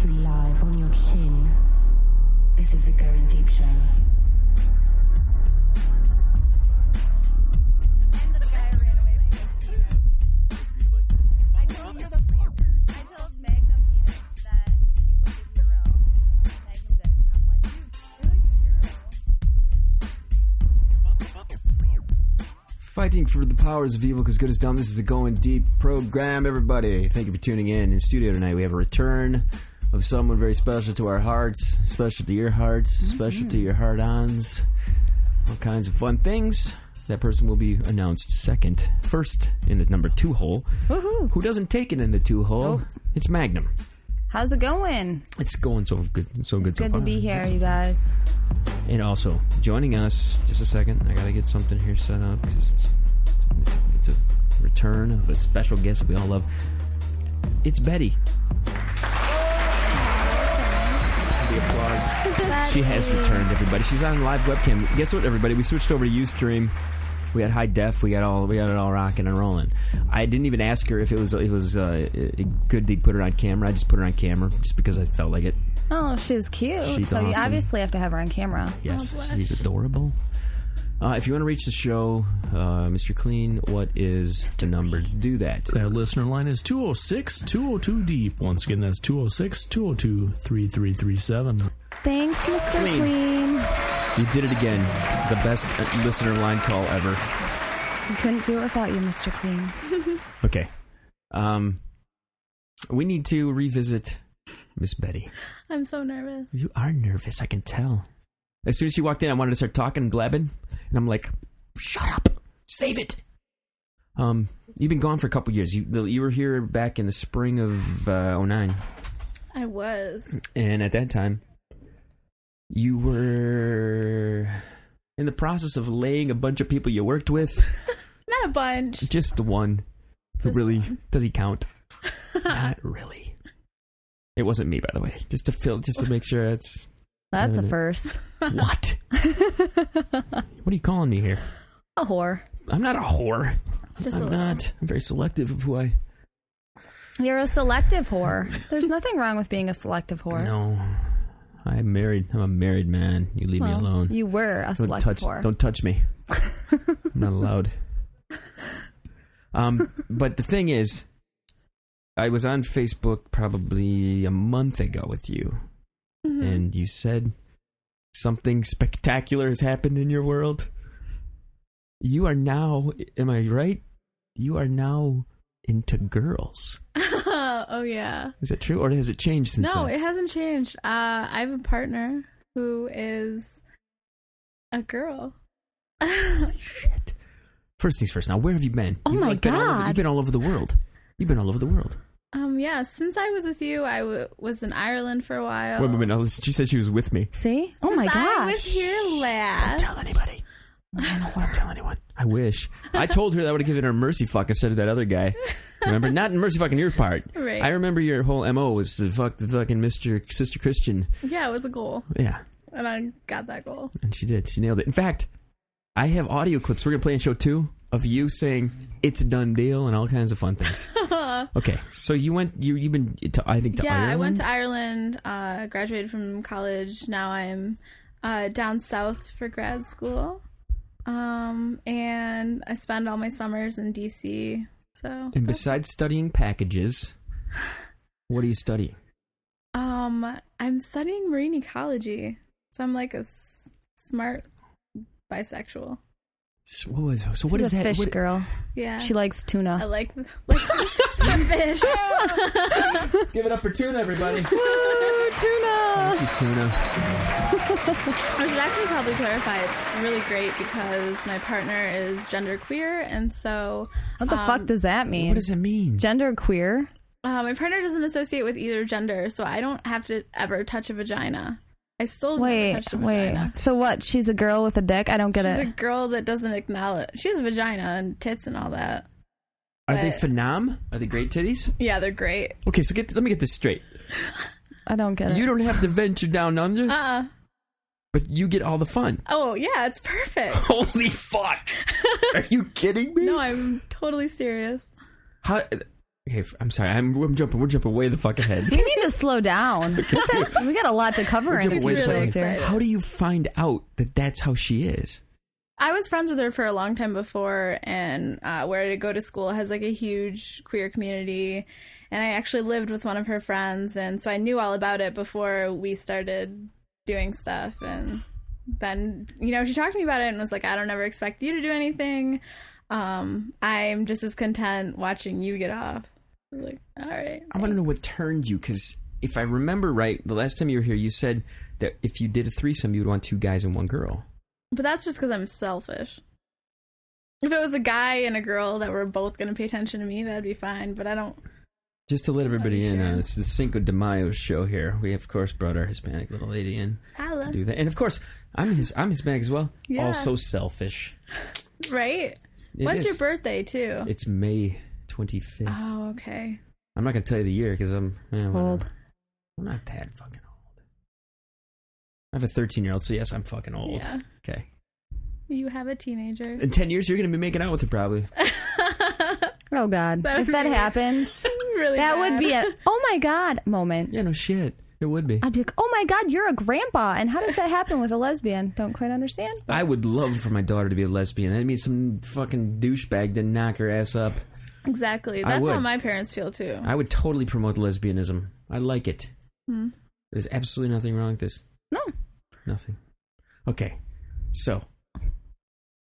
valve on your chin. This is the Going Deep Show. I'm the guy who ran away from I told, I told Magnum Penis that he's like a hero. Magnum's it. I'm like, dude, you're like a hero. Fighting for the powers of evil because good is dumb. This is a going deep program, everybody. Thank you for tuning in. In studio tonight, we have a return of someone very special to our hearts, special to your hearts, Mm-hmm. special to your heart ons, all kinds of fun things. That person will be announced second, first in the number two hole. Woohoo. Who doesn't take it in the two hole? Oh. It's Magnum. How's it going? It's going so good, so good, so Good far. to be here, you guys. And also joining us, just a second. I gotta get something here set up because it's, it's it's a return of a special guest we all love. It's Betty. The applause. She has returned, everybody. She's on live webcam. Guess what, everybody? We switched over to UStream. We had high def. We got all we got it all rocking and rolling. I didn't even ask her if it was if it was uh, good to put her on camera. I just put her on camera just because I felt like it. Oh, she's cute. She's so you awesome. obviously have to have her on camera. Yes, she's adorable. Uh, if you want to reach the show, uh, Mr. Clean, what is the number to do that? That listener line is 206 202 deep. E Once again, that's 206 202 3337. Thanks, Mr. Clean. Clean. You did it again. The best uh, listener line call ever. We couldn't do it without you, Mr. Clean. Okay. Um, we need to revisit Miss Betty. I'm so nervous. You are nervous, I can tell. As soon as she walked in, I wanted to start talking and blabbing, and I'm like, "Shut up, save it." Um, you've been gone for a couple years. You you were here back in the spring of uh, 09. I was. And at that time, you were in the process of laying a bunch of people you worked with. Not a bunch. Just the one who Just really does he count? Not really. It wasn't me, by the way. Just to fill, just to make sure it's That's a Alright. first. what? what are you calling me here? A whore. I'm not a whore. Just a I'm little. not. I'm very selective of who I. You're a selective whore. There's nothing wrong with being a selective whore. No, I'm married. I'm a married man. You leave me Well, alone. You were a Don't selective touch, whore. don't touch me. I'm not allowed. Um, but the thing is, I was on Facebook probably a month ago with you, Hmm. Mm-hmm. and you said something spectacular has happened in your world. You are now, am I right? You are now into girls. oh yeah. Is that true, or has it changed since? No, then? it hasn't changed. Uh, I have a partner who is a girl. Oh, Um, Shit. First things first. Now, where have you been? Oh You've, my been all over- God. you've been all over the world. You've been all over the world. um, yeah. Since I was with you, I w- was in Ireland for a while. Wait, wait, Oh. wait, no, listen, she said she was with me. See? Oh my Since I was gosh. here Don't last. tell anybody. Don't tell anyone. I wish. I told her that would have given her mercy fuck instead of that other guy. Remember? Not mercy fucking your part. Right. I remember your whole MO was to fuck the fucking Mr. Sister Christian. Yeah, it was a goal, Yeah. and I got that goal. And she did. She nailed it. In fact, I have audio clips we're going to play in show two of you saying it's a done deal and all kinds of fun things. okay. So you went, you, you've been, to, I think, to yeah, Ireland? I went to Ireland. Uh, graduated from college. Now I'm uh, down south for grad school. Um, and I spend all my summers in DC. So And besides studying packages, what are you studying? um, I'm studying marine ecology. So I'm like a s- smart bisexual. So what, was, so what She's is a that? fish what- girl. Yeah, She likes Uh, I tuna. like the, like the fish. Let's give it up for tuna, everybody. Woo, tuna! Thank you, tuna. I should actually probably clarify. It's really great because my partner is genderqueer, and so What the um, fuck does that mean? What does it mean? Gender queer? Uh, my partner doesn't associate with either gender, so I don't have to ever touch a vagina. I still never Wait, touched a wait. vagina. So what? She's a girl with a dick? I don't get it. She's a girl that doesn't acknowledge. She has a vagina and tits and all that. Are they but- phenom? Are they great titties? Yeah, they're great. Okay, so get let me get this straight. I don't get it. You don't have to venture down Mm. under, Uh. but you get all the fun. Oh yeah, it's perfect. Holy fuck! Are you kidding me? no, I'm totally serious. How? Hey, f- I'm sorry. I'm, I'm jumping. We're jumping way the fuck ahead. We need to slow down. This is- we got a lot to cover in jumping two way It's really shows here. exciting. How do you find out that that's how she is? I was friends with her for a long time before, and uh, where I go to school has like a huge queer community. And I actually lived with one of her friends, and so I knew all about it before we started doing stuff. And then, you know, she talked to me about it and was like, I don't ever expect you to do anything. Um, I'm just as content watching you get off. I was like, all right. I want to know what turned you because if I remember right, the last time you were here, you said that if you did a threesome, you would want two guys and one girl. But that's just because I'm selfish. If it was a guy and a girl that were both going to pay attention to me, that'd be fine. But I don't. Just to let everybody in on sure. it's the Cinco de Mayo show here. We of course brought our Hispanic little lady in I to love do that, and of course I'm his, I'm Hispanic as well. Yeah. Also selfish. right. It When's is. your birthday too? It's May 25th. Oh, okay. I'm not gonna tell you the year because I'm eh, whatever. Old. I'm not that fucking old. I have a 13 year old, so yes, I'm fucking old. Yeah. Okay. You have a teenager. In 10 years, you're gonna be making out with her probably. Oh God! That if would that be- happens, really? that would be bad. a oh my God moment. Yeah, no shit. It would be. I'd be like, oh my God, you're a grandpa, and how does that happen with a lesbian? Don't quite understand. I would love for my daughter to be a lesbian. That means some fucking douchebag to knock her ass up. Exactly. I That's how would. my parents feel too. I would totally promote lesbianism. I like it. There's absolutely nothing wrong with this. No, Nothing. Okay. So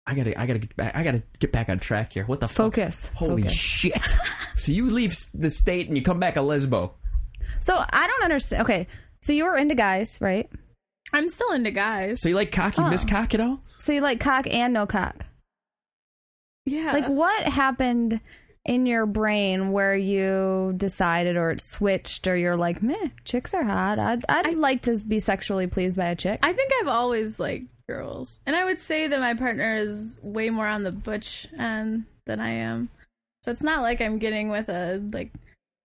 I gotta I gotta get back I gotta get back on track here. What the fuck? Focus. Holy Focus. shit. so you leave s- the state and you come back a lesbo. so I don't understand. Okay, so you were into guys, right? I'm still into guys. So you like cocky Oh. miss cock at all? So you like cock and no cock. Yeah. Like what happened in your brain where you decided or it switched or you're like, meh, chicks are hot. I'd, I'd like to be sexually pleased by a chick. I think I've always liked girls, and I would say that my partner is way more on the butch end than I am. So it's not like I'm getting with a like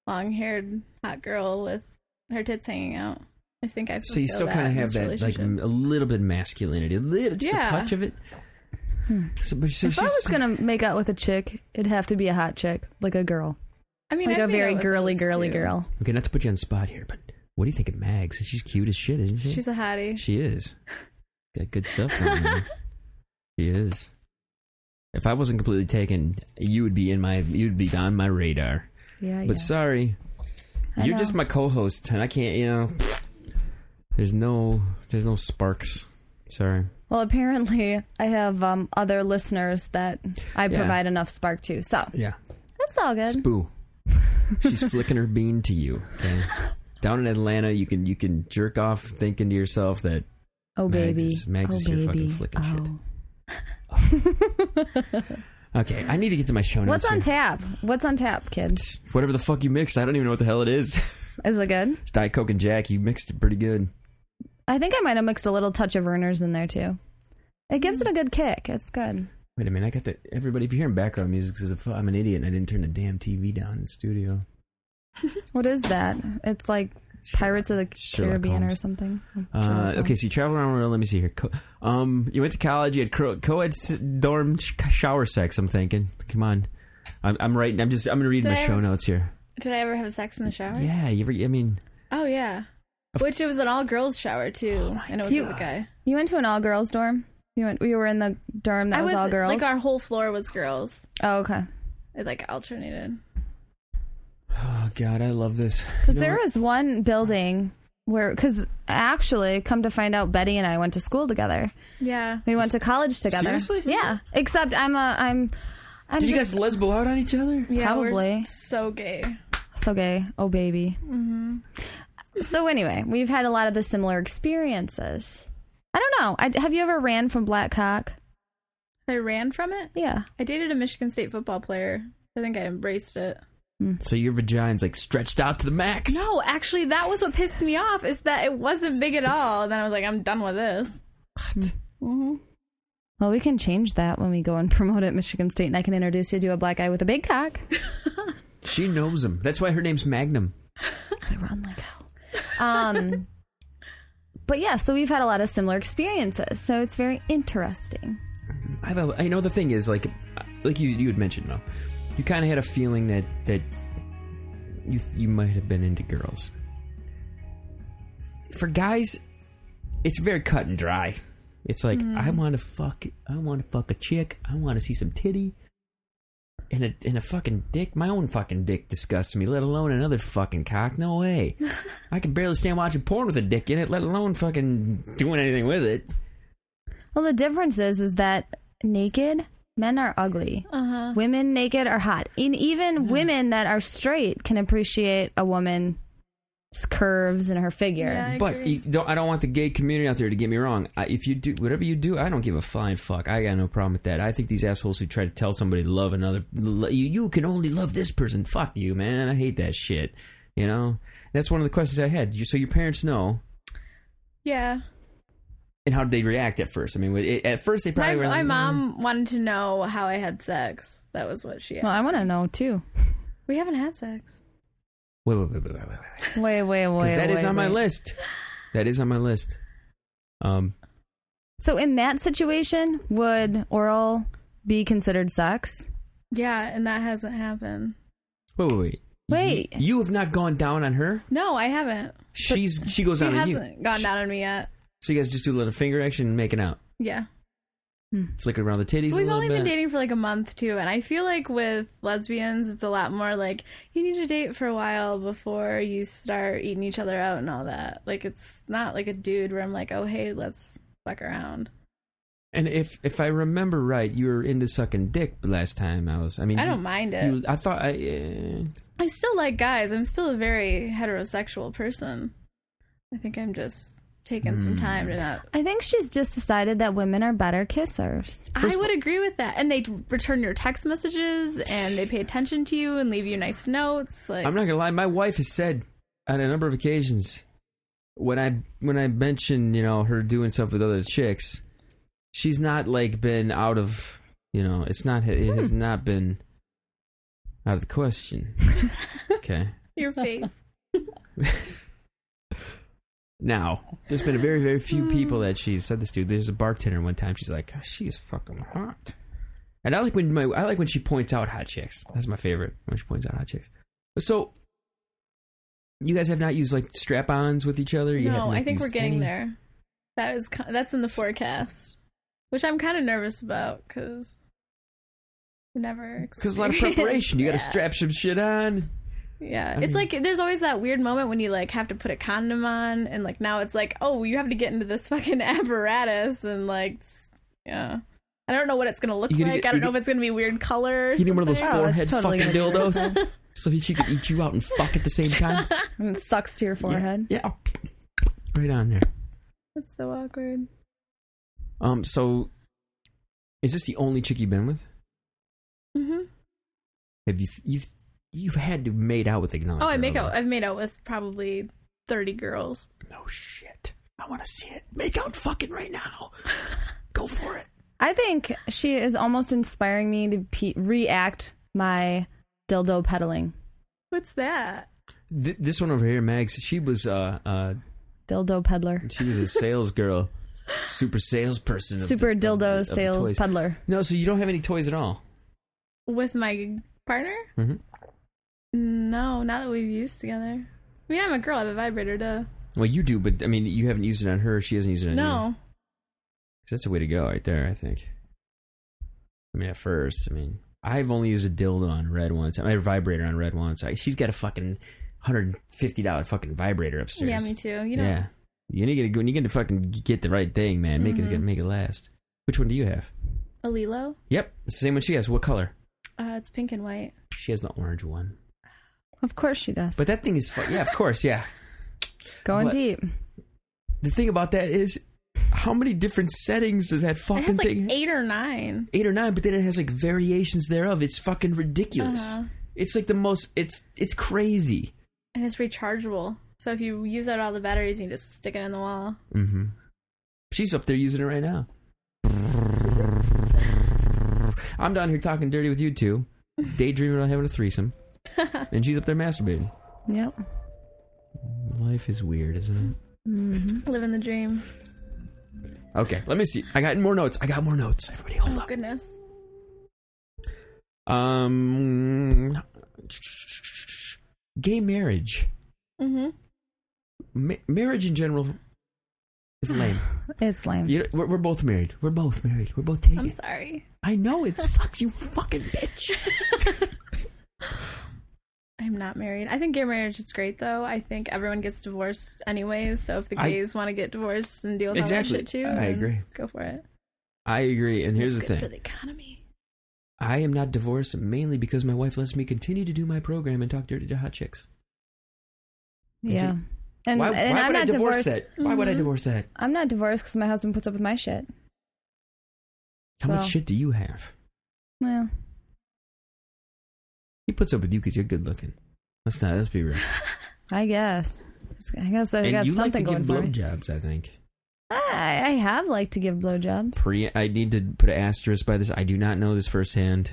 long-haired hot girl with her tits hanging out. I think I've So you still kind of have that like m- a little bit of masculinity, a little, just Yeah. a touch of it. So, but so Hmm. if I she's- was gonna make out with a chick, it'd have to be a hot chick, like a girl, I mean, like I've a made very out with girly, those girly too. girl. okay, not to put you on the spot here, but what do you think of Mags? She's cute as shit, isn't she? She's a hottie. She is. Got good stuff going on. She is. If I wasn't completely taken, you would be in my you'd be on my radar. Yeah, But Uh, yeah. sorry, I you're know. just my co-host, and I can't. You know, there's no there's no sparks. Sorry. well, apparently, I have um, other listeners that I Yeah. provide enough spark to, so Yeah. that's all good. Spoo. She's flicking her bean to you. Okay. Down in Atlanta, you can you can jerk off thinking to yourself that oh Mags baby, is- Mags oh is your baby, fucking flicking oh. shit. okay, I need to get to my show notes. What's on here. tap? What's on tap, kids? Whatever the fuck you mixed, I don't even know what the hell it is. Is it good? It's Diet Coke and Jack. You mixed it pretty good. I think I might have mixed a little touch of Verner's in there too. It gives it a good kick. It's good. Wait a minute, I got the everybody. If you're hearing background music, because I'm an idiot, and I didn't turn the damn TV down in the studio. What is that? It's like Pirates of the Sherlock Caribbean or Holmes. something. Uh, Sherlock okay, Holmes. so you travel around. the world. Let me see here. Co- um, you went to college. You had cro- co-ed s- dorm sh- shower sex. I'm thinking. Come on, I'm, I'm writing. I'm just. I'm gonna read Did my I show ever- notes here. Did I ever have sex in the shower? Yeah, you ever? I mean, Oh yeah. Of- Oh Which it was an all girls shower too, and it was with a God. guy. You went to an all girls dorm. You went. You were in the dorm that I was, all girls. Like our whole floor was girls. oh, okay. It like alternated. oh god, I love this. Because You know there what? is one building where. Because actually, come to find out, Betty and I went to school together. Yeah. We went to college together. Seriously? Yeah. Except I'm a. I'm. I'm Did you just guys lesbo out on each other? Yeah, we're Probably. so gay. Mm-hmm. so gay. Oh baby. So anyway, we've had a lot of the similar experiences. I don't know. I, have you ever ran from black cock? I ran from it. Yeah. I dated a Michigan State football player. I think I embraced it. So your vagina's like stretched out to the max. No, actually, that was what pissed me off is that it wasn't big at all. And then I was like, I'm done with this. Mm-hmm. Well, we can change that when we go and promote at Michigan State, and I can introduce you to a black guy with a big cock. She knows him. That's why her name's Magnum. I run like hell. Um, but yeah, so we've had a lot of similar experiences, so it's very interesting. I've, al- I know the thing is like, like you you had mentioned though, you kind of had a feeling that that you you might have been into girls. For guys, it's very cut and dry. It's like I want to fuck, I want to fuck a chick, I want to see some titty, and a and a fucking dick. My own fucking dick disgusts me, let alone another fucking cock. No way, I can barely stand watching porn with a dick in it, let alone fucking doing anything with it. Well, the difference is is that naked men are ugly. Uh-huh. Mm-hmm. Women naked are hot. And even women that are straight can appreciate a woman's curves and her figure. Yeah. I But agree. you don't, I don't want the gay community out there to get me wrong. I, if you do whatever you do, I don't give a flying fuck. I got no problem with that. I think these assholes who try to tell somebody to love another, lo- you, you can only love this person. Fuck you, man. I hate that shit. You know, that's one of the questions I had. You, so your parents know, Yeah. and how did they react at first? I mean, it, at first they My, probably were my like, mom wanted to know how I had sex. That was what she asked. Well, I want to know too. we haven't had sex. Wait, wait, wait, wait, wait, wait, wait. Wait, wait, wait. Because that is wait, on my wait. list. That is on my list. Um, So in that situation, would oral be considered sex? Yeah, and that hasn't happened. wait, wait, wait. Wait. you, you have not gone down on her. No, I haven't. She's she goes She down on you. hasn't gone down on me yet. So you guys just do a little finger action and making out, Yeah. flicking around the titties a We've little only bit. been dating for like a month too, and I feel like with lesbians, it's a lot more like you need to date for a while before you start eating each other out and all that. Like it's not like a dude where I'm like, oh hey, let's fuck around. and if if I remember right, you were into sucking dick last time. I was. I mean, I you- don't mind it. You, I thought I. Uh, I still like guys. I'm still a very heterosexual person. I think I'm just taking Hmm. some time to not. I think she's just decided that women are better kissers. First I of would agree with that. And they return your text messages, and they pay attention to you, and leave you nice notes. Like I'm not gonna lie. My wife has said on a number of occasions when I when I mention you know her doing stuff with other chicks, she's not like been out of you know it's not it has Hmm. not been out of the question. okay. your face. Now, there's been a very, very Mm. few people that she said this to. There's a bartender one time. She's like, "Gosh, she is fucking hot. And I like when my I like when she points out hot chicks. That's my favorite when she points out hot chicks. So, you guys have not used like strap-ons with each other. You no, haven't, like, I think we're used getting any- there. That is ki- that's in the forecast, which I'm kind of nervous about because never Cause because a lot of preparation. You got to strap some shit on. Yeah, I mean- it's like there's always that weird moment when you like have to put a condom on, and like now it's like oh you have to get into this fucking apparatus and like s- yeah. I don't know what it's gonna look You like. gonna get- I you don't know if get- it's gonna be weird color. or You need one of those something. Oh, forehead it's totally fucking gonna be dildos, so that she can eat you out and fuck at the same time. And it sucks to your forehead. Yeah, yeah. right on there. That's so awkward. Um, so is this the only chick you've been with? hmm Have you you've you've had to made out with a non? Oh, I make out. I've made out with probably thirty girls. No shit. I want to see it. Make out fucking right now. Go for it. I think she is almost inspiring me to pe- react my dildo peddling. What's that? Th- this one over here, Mags. She was uh uh Dildo peddler. she was a sales girl, super salesperson. of Super the- of the- dildo of the sales toys. peddler. No, so you don't have any toys at all. with my partner? Mm-hmm. No, not that we've used together. I mean, I'm a girl. I have a vibrator, duh. Well, you do, but I mean, you haven't used it on her. She hasn't used it on you. No, 'Cause that's the way to go, right there. I think. I mean, at first, I mean, I've only used a dildo on red once. I mean, a vibrator on red once. I, she's got a fucking hundred fifty dollar fucking vibrator upstairs. yeah, me too. You know, yeah, you need to get when you get to fucking get the right thing, man. Make it Mhm. good, make it last. Which one do you have? a Lilo. Yep, it's the same one she has. What color? Uh, it's pink and white. She has the orange one. Of course she does. But that thing is, fu- yeah, of course, yeah. Going but- deep. The thing about that is, how many different settings does that It fucking has like thing? eight or nine. eight or nine, but then it has like variations thereof. It's fucking ridiculous. Uh-huh. It's like the most. It's it's crazy. And it's rechargeable. So if you use out all the batteries, you just stick it in the wall. Mm-hmm. She's up there using it right now. I'm down here talking dirty with you two, daydreaming about having a threesome, and she's up there masturbating. Yep. Life is weird, isn't it? Mm-hmm. Living the dream. Okay, let me see. I got more notes. I got more notes. Everybody, hold Oh, up. goodness. Um, gay marriage, Mm-hmm. ma- marriage in general, is lame. It's lame. You know, we're, we're both married. We're both married. We're both taken. I'm sorry. I know it sucks, you fucking bitch. I'm not married. I think gay marriage is great, though. I think everyone gets divorced anyways. So if the I- gays want to get divorced and deal with Exactly. all that shit too, I then agree. Go for it. I agree, and here's the It's good thing. for the economy. I am not divorced mainly because my wife lets me continue to do my program and talk dirty to hot chicks. yeah. And, why and why I'm would I not divorce divorced. that? Why would I Mhm. divorce that? I'm not divorced because my husband puts up with my shit. How much So- shit do you have? Well, He puts up with you because you're good looking. Let's not. Let's be real. I guess. I guess I got and you like to something give going for me. blowjobs. I think. I, I have liked to give blowjobs. Pre. I need to put an asterisk by this. I do not know this firsthand.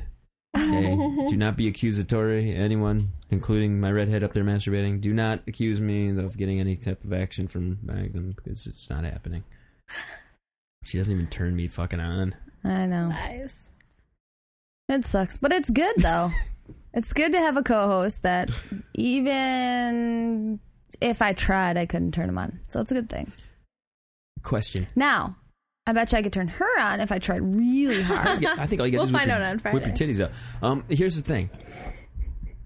Okay. do not be accusatory. Anyone, including my redhead up there masturbating, do not accuse me of getting any type of action from Magnum because it's not happening. She doesn't even turn me fucking on. I know. Lies. It sucks, but it's good though. it's good to have a co-host that even if I tried, I couldn't turn him on. So it's a good thing. Question. Now, I bet you I could turn her on if I tried really hard. Yeah, I think all you got We'll to do is find whip, out your, on whip your Friday. titties out. Um, here's the thing.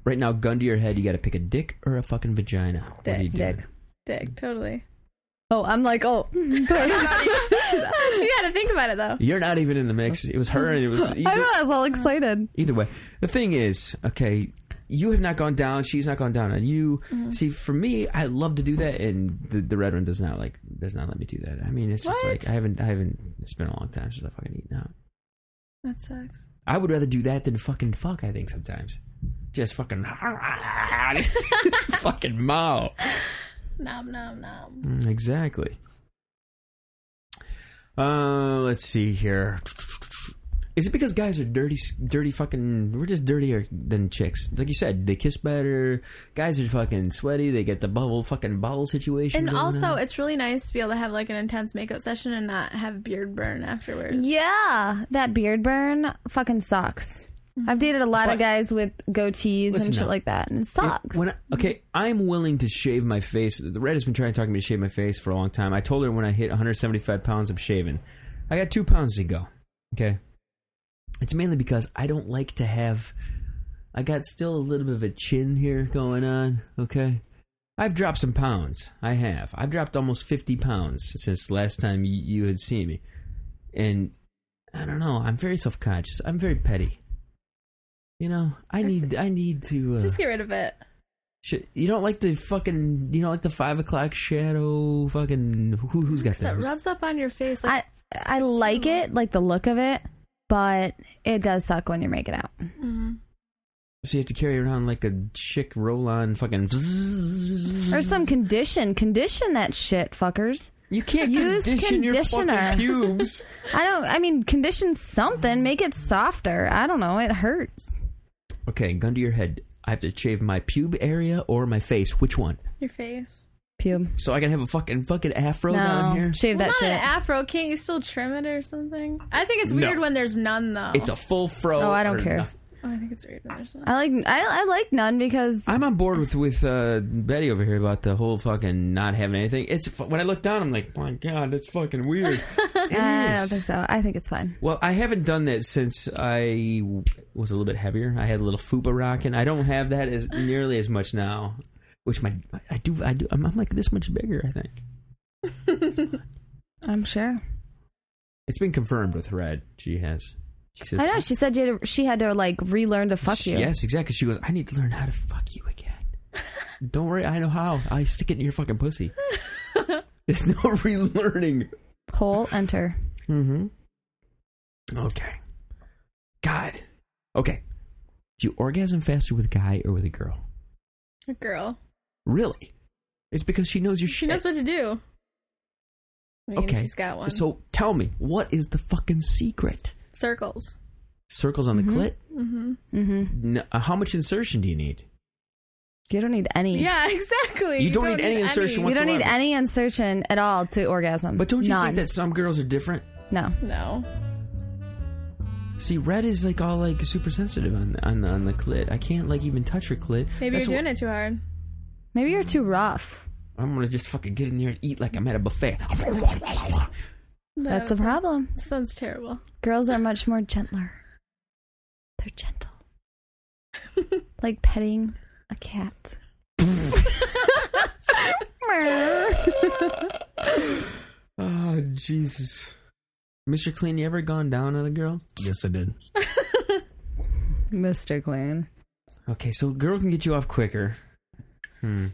Right now, gun to your head, you got to pick a dick or a fucking vagina. What are you doing? Dick. Dick. Dick, totally. Oh, I'm like, oh, she had to think about it though. You're not even in the mix. It was her, and it was I know. either, I was all excited. either way. The thing is, okay, you have not gone down. She's not gone down on you. See, for me, I love to do that, and the, the red one does not like does not let me do that. I mean, it's just What? like I haven't I haven't. It's been a long time since I fucking eaten out. That sucks. I would rather do that than fucking fuck. I think sometimes, just fucking fucking mouth. Nom nom nom. Mm, Exactly. Uh, let's see here. Is it because guys are dirty, dirty fucking? We're just dirtier than chicks. Like you said, they kiss better. Guys are fucking sweaty. They get the bubble fucking bubble situation. And going also, on. it's really nice to be able to have like an intense makeup session and not have beard burn afterwards. Yeah, that beard burn fucking sucks. I've dated a lot But- of guys with goatees Listen and shit up. like that, and it It- sucks. when I- okay, I'm willing to shave my face. The red has been trying to talk me to shave my face for a long time. I told her when I hit 175 pounds, I'm shaving. I got two pounds to go. Okay, it's mainly because I don't like to have. I got still a little bit of a chin here going on. Okay, I've dropped some pounds. I have. I've dropped almost 50 pounds since last time you, you had seen me, and I don't know. I'm very self conscious. I'm very petty. You know, I need. I need to. Uh, Just get rid of it. Shit, you don't like the fucking, you don't like the five o'clock shadow fucking. Who, who's got 'Cause that? that Who's- rubs up on your face. Like, I I like it, like the look of it, but it does suck when you're making out. mhm. So you have to carry around like a chick roll on fucking. Or some Mm. condition, condition that shit, fuckers. You can't use condition your conditioner. fucking pubes. I don't. I mean, condition something, make it softer. I don't know. It hurts. okay, gun to your head. I have to shave my pube area or my face. Which one? your face. Pube. So I can have a fucking fucking afro down No, here. shave well, that not shit. an afro. Can't you still trim it or something? I think it's No. weird when there's none though. It's a full fro. Oh, I don't or care. nothing. oh, I think it's weird when there's none. I like. I, I like none because I'm on board with with uh, Betty over here about the whole fucking not having anything. It's fu- when I look down, I'm like, my god, that's fucking weird. It I don't is. think so. I think it's fine. Well, I haven't done that since I w- was a little bit heavier. I had a little fupa rocking. I don't have that as nearly as much now. Which my I do I do I'm, I'm like this much bigger. I think I'm sure. it's been confirmed with Red. She has. She says. I know. She said you had to, she had to like relearn to fuck She- you. Yes, exactly. She goes. I need to learn how to fuck you again. don't worry, I know how. I stick it in your fucking pussy. There's no relearning. Pull enter. Mm-hmm. Okay. God. Okay. Do you orgasm faster with a guy or with a girl? a girl. Really? It's because she knows your She shit. knows what to do. I mean, okay. she's got one. So tell me, what is the fucking secret? Circles. Circles on the clit? Mm-hmm. Mm-hmm. No, uh, how much insertion do you need? You don't need any. Yeah, exactly. You don't need any insertion You don't need whatsoever. any insertion at all to orgasm. But don't you None. think that some girls are different? No. No. See, red is like all like super sensitive on on the, on the clit. I can't like even touch her clit. Maybe That's you're doing wh- it too hard. Maybe you're too rough. I'm gonna just fucking get in there and eat like I'm at a buffet. That's the problem. Sounds terrible. Girls are much more gentler. They're gentle. like petting a cat. oh Jesus, Mr. Clean, you ever gone down on a girl? Yes, I did. Mr. Clean. Okay, so a girl can get you off quicker. Hmm.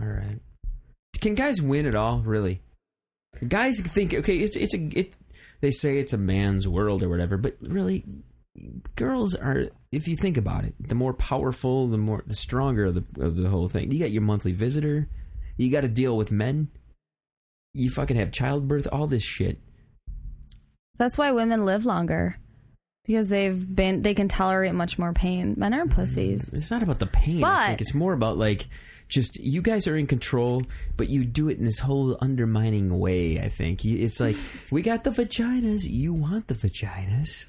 All right. Can guys win at all? Really? Guys think okay. It's it's a it. They say it's a man's world or whatever, but really, girls are. If you think about it, the more powerful, the more the stronger of the of the whole thing. You got your monthly visitor. You got to deal with men. You fucking have childbirth. All this shit. That's why women live longer. Because they've been they can tolerate much more pain. Men are pussies. It's not about the pain. I think But- it's more about like just you guys are in control, but you do it in this whole undermining way. I think You- it's like we got the vaginas. You want the vaginas,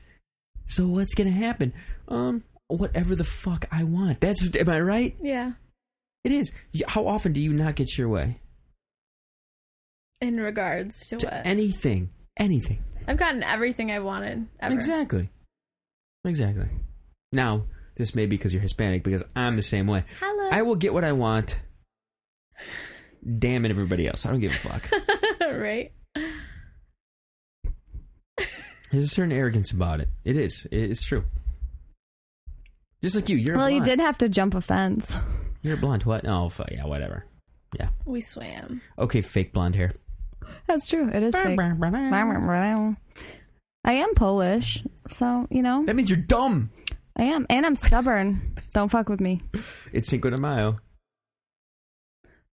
so what's gonna happen? Um, whatever the fuck I want. That's am I right? Yeah. It is. You- How often do you not get your way In regards to, what? to anything? Anything. I've gotten everything I wanted ever. Exactly. Exactly. Now this may be because you're Hispanic, because I'm the same way. Hello. I will get what I want. Damn it, everybody else. I don't give a fuck. right? There's a certain arrogance about it. It is. It- It's true. Just like you, you're well, a you did blonde. have to jump a fence. You're a blonde. What? Oh, fuck, yeah, whatever. We swam. Okay, fake blonde hair. That's true. It is fake. I am Polish, so you know That means you're dumb. I am, and I'm stubborn. Don't fuck with me. It's Cinco de Mayo.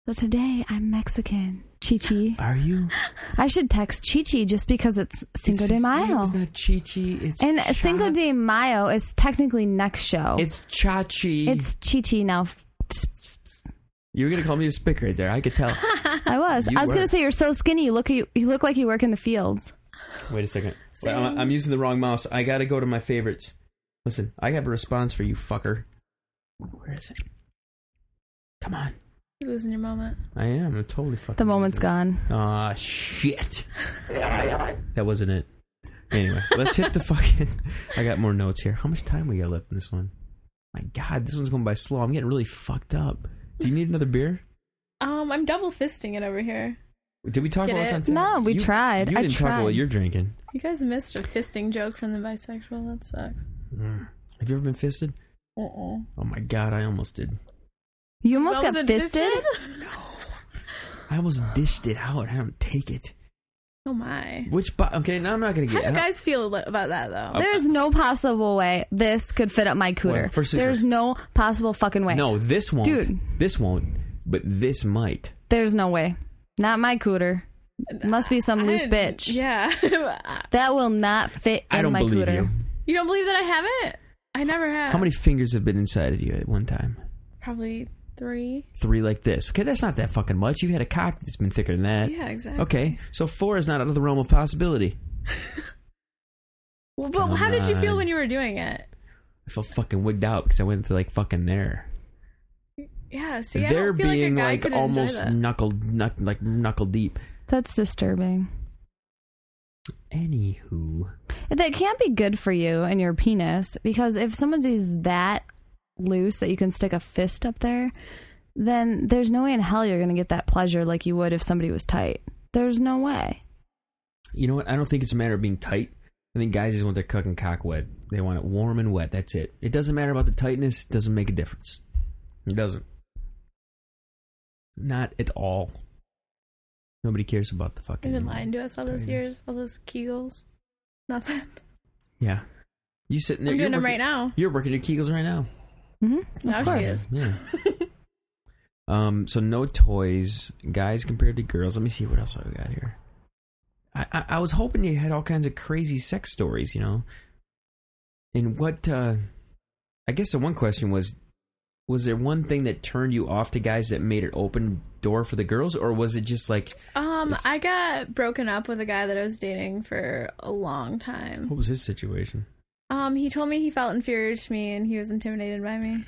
So today I'm Mexican. Chichi. Are you? I should text Chichi just because it's Cinco It's- de his name Mayo. is not Chichi. It's And Cha- Cinco de Mayo is technically next show. It's Chachi. It's Chichi now. you were gonna call me a spick right there. I could tell. I was. You I was were. gonna say you're so skinny. You look you. You look like you work in the fields. Wait a second. Wait, I'm, I'm using the wrong mouse. I gotta go to my favorites. Listen, I have a response for you, fucker. Where is it? Come on. You're losing your moment. I am. I'm totally fucking. The moment's gone. Ah, shit. that wasn't it. Anyway, let's hit the fucking. I got more notes here. How much time we got left in this one? My God, this one's going by slow. I'm getting really fucked up. Do you need another beer? Um, I'm double fisting it over here. Did we talk Get about this it? on time? No, we You- tried. You I didn't talk tried. about what you're drinking. You guys missed a fisting joke from the bisexual. That sucks. Have you ever been fisted? Uh-uh. Oh my God, I almost did. You almost That was got a fisted. I almost dished it out. I don't take it. Oh my. Which, bo- okay, now I'm not gonna How get. do I don't- you guys feel li- about that Uh, though? There's no possible way this could fit up my cooter. Well, first is- there's no possible fucking way. No, this won't. Dude. This won't. But this might. There's no way. Not my cooter. Must be some loose I- bitch. Yeah. That will not fit in I don't my believe cooter. you. you don't believe that I haven't? I never have. How many fingers have been inside of you at one time? Probably three. Three like this. Okay, that's not that fucking much. You've had a cock that's been thicker than that. Yeah, exactly. Okay, so four is not out of the realm of possibility. Well, but how did you on. feel when you were doing it? I felt fucking wigged out because I went to like fucking there. Yeah. See, I there don't feel being like, a guy like, could almost enjoy that. knuckle, knuck, like knuckle deep. That's disturbing. Anywho, That can't be good for you and your penis because if somebody's that loose that you can stick a fist up there, then there's no way in hell you're going to get that pleasure like you would if somebody was tight. There's no way. you know what? I don't think it's a matter of being tight. I think guys just want their cuck and cock wet. They want it warm and wet. That's it. It doesn't matter about the tightness. It doesn't make a difference. It doesn't. Not at all. Nobody cares about the fucking. They've been lying to us all those tightness. years, all those kegels. Nothing. Yeah. You sitting there? I'm you're doing them working- right now. You're working your Kegels right now. hmm Now Of she course. is. Yeah. um. So no toys, guys compared to girls. Let me see what else I got here. I, I I was hoping you had all kinds of crazy sex stories. You know. And what? uh I guess the one question was. Was there one thing that turned you off to guys that made it open door for the girls, or was it just like Um, It's- I got broken up with a guy that I was dating for a long time. what was his situation? Um, he told me he felt inferior to me and he was intimidated by me.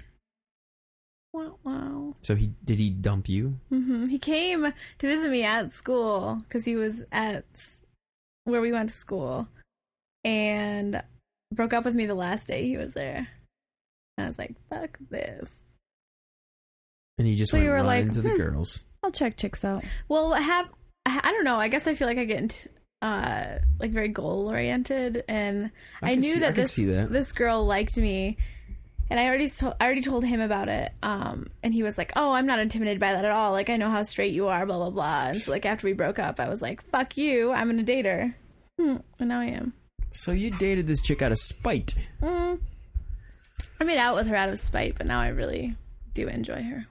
Wow, wow. So he did he dump you? hmm He came to visit me at school because he was at s- where we went to school and broke up with me the last day he was there. And I was like, fuck this. And he just So went you were running like, to the hmm. girls. I'll check chicks out. Well, what hap- I I don't know. I guess I feel like I get into, uh, like very goal oriented and I I, can knew see- I that can this see that. this girl liked me, and I already told I already told him about it. Um, and he was like, "Oh, I'm not intimidated by that at all. Like, I know how straight you are. Blah blah blah." And so, like after we broke up, I was like, "Fuck you. I'm gonna date her." Hmm, and now I am. So you dated this chick out of spite. Mm. I made out with her out of spite, but now I really do enjoy her.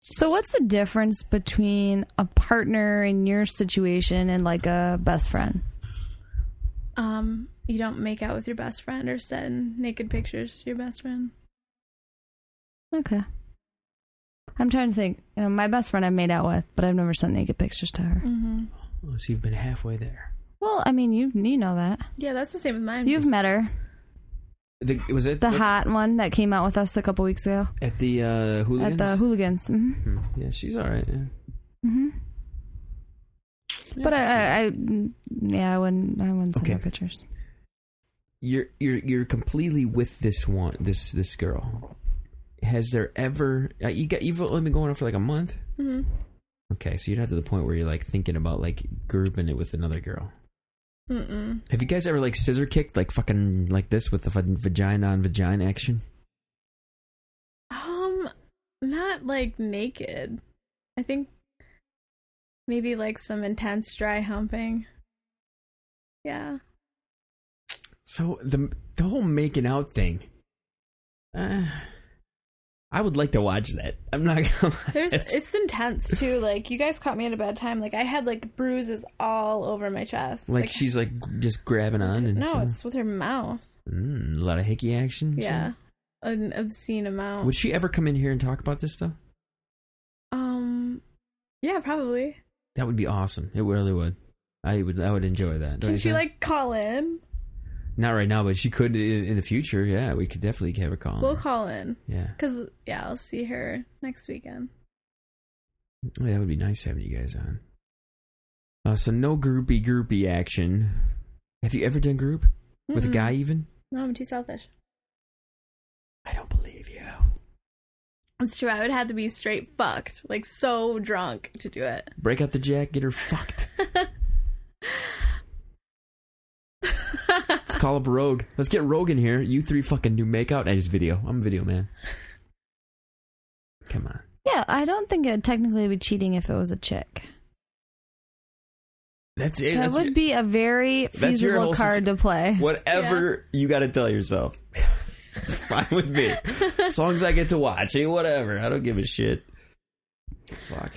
So what's the difference between a partner in your situation and like a best friend? Um, you don't make out with your best friend or send naked pictures to your best friend. Okay. I'm trying to think. You know, my best friend I've made out with, but I've never sent naked pictures to her. Mm-hmm. Oh, so you've been halfway there. Well, I mean, you you know that. Yeah, that's the same with mine. You've met her, The, was it the what's- hot one that came out with us a couple weeks ago at the uh, hooligans? at the hooligans. hmm Hmm. Yeah, she's all right. Yeah. hmm Yeah, but I can I, see that. I, I, yeah, I wouldn't, I wouldn't send Okay. her pictures. you're you're you're completely with this one this this girl. Has there ever uh, you got you've only been going on for like a month? hmm Okay, so you're not to the point where you're like thinking about like grouping it with another girl. Mm-hmm. Mm-mm. Have you guys ever like scissor kicked like fucking like this with the fucking vagina on vagina action? Um, not like naked. I think maybe like some intense dry humping. Yeah. So the the whole making out thing. Uh, I would like to watch that. I'm not gonna lie. There's It's- it's intense too. Like you guys caught me at a bad time. Like I had like bruises all over my chest. like, she's like just grabbing on and No, so- it's with her mouth. Mm, a lot of hickey action. so- Yeah. An obscene amount. Would she ever come in here and talk about this stuff? um yeah, probably. That would be awesome. It really would. I would. I would enjoy that. don't Can you she think? like call in? Not right now, but she could in, in the future. Yeah, we could definitely have her call. We'll call in. yeah, Cause yeah, I'll see her next weekend. Oh, that would be nice having you guys on. Uh, so no groupie groupie action. Have you ever done group with a Mm-mm. guy? Even No, I'm too selfish. I don't believe you. It's true. I would have to be straight fucked, like so drunk to do it. Break out the jack, get her fucked. Let's call up Rogue. Let's get Rogue in here. You three fucking do make out. I just video. I'm a video man. Come on. Yeah, I don't think it would technically be cheating if it was a chick. That's it. that That's would it. be a very That's your feasible whole card to play. Whatever you got to tell yourself. it's fine with me. As long as I get to watch it, whatever. I don't give a shit. Fuck.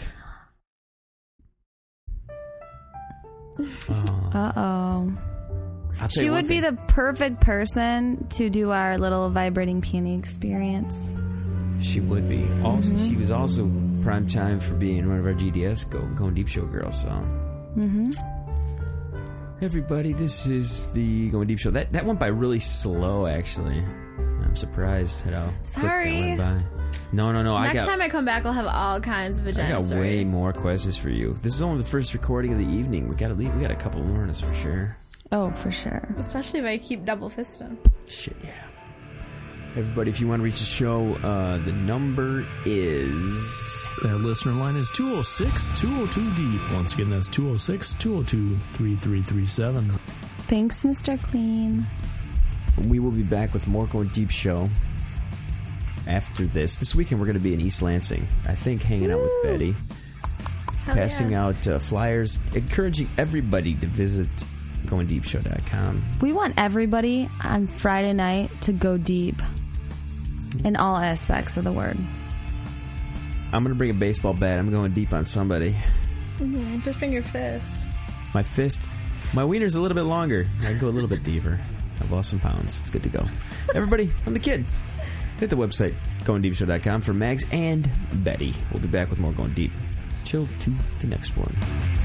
Oh, Uh oh. I'll tell She you one would be thing. the perfect person to do our little vibrating peony experience. She would be. Also, she was also prime time for being one of our GDS go going deep show girls. So. Mm-hmm. Everybody, this is the Going Deep Show. That that went by really slow, actually. I'm surprised at how quick Sorry. that went by. No, no, no. Oh, I got Next time I come back, I'll have all kinds of I vagina got way stories. more questions for you. This is only the first recording of the evening. We gotta leave. We got a couple more in us for sure. Oh, for sure. Especially if I keep double fisting. Shit, yeah. Everybody, if you want to reach the show, uh, the number is. That listener line is 206 202 deep. E Once again, that's 206 202 3337. Thanks, Mr. Clean. We will be back with more Going Deep Show after this. This weekend, we're going to be in East Lansing. I think hanging out with Betty. Hell passing yeah. out uh, flyers, encouraging everybody to visit goingdeepshow.com. We want everybody on Friday night to go deep in all aspects of the word. I'm going to bring a baseball bat. I'm going deep on somebody. Mhm, Just bring your fist. My fist, my wiener's a little bit longer. I can go a little bit deeper. I've lost some pounds. It's good to go. Everybody, I'm the kid. Hit the website, goingdeepshow.com for Mags and Betty. We'll be back with more Going Deep. Till to the next one.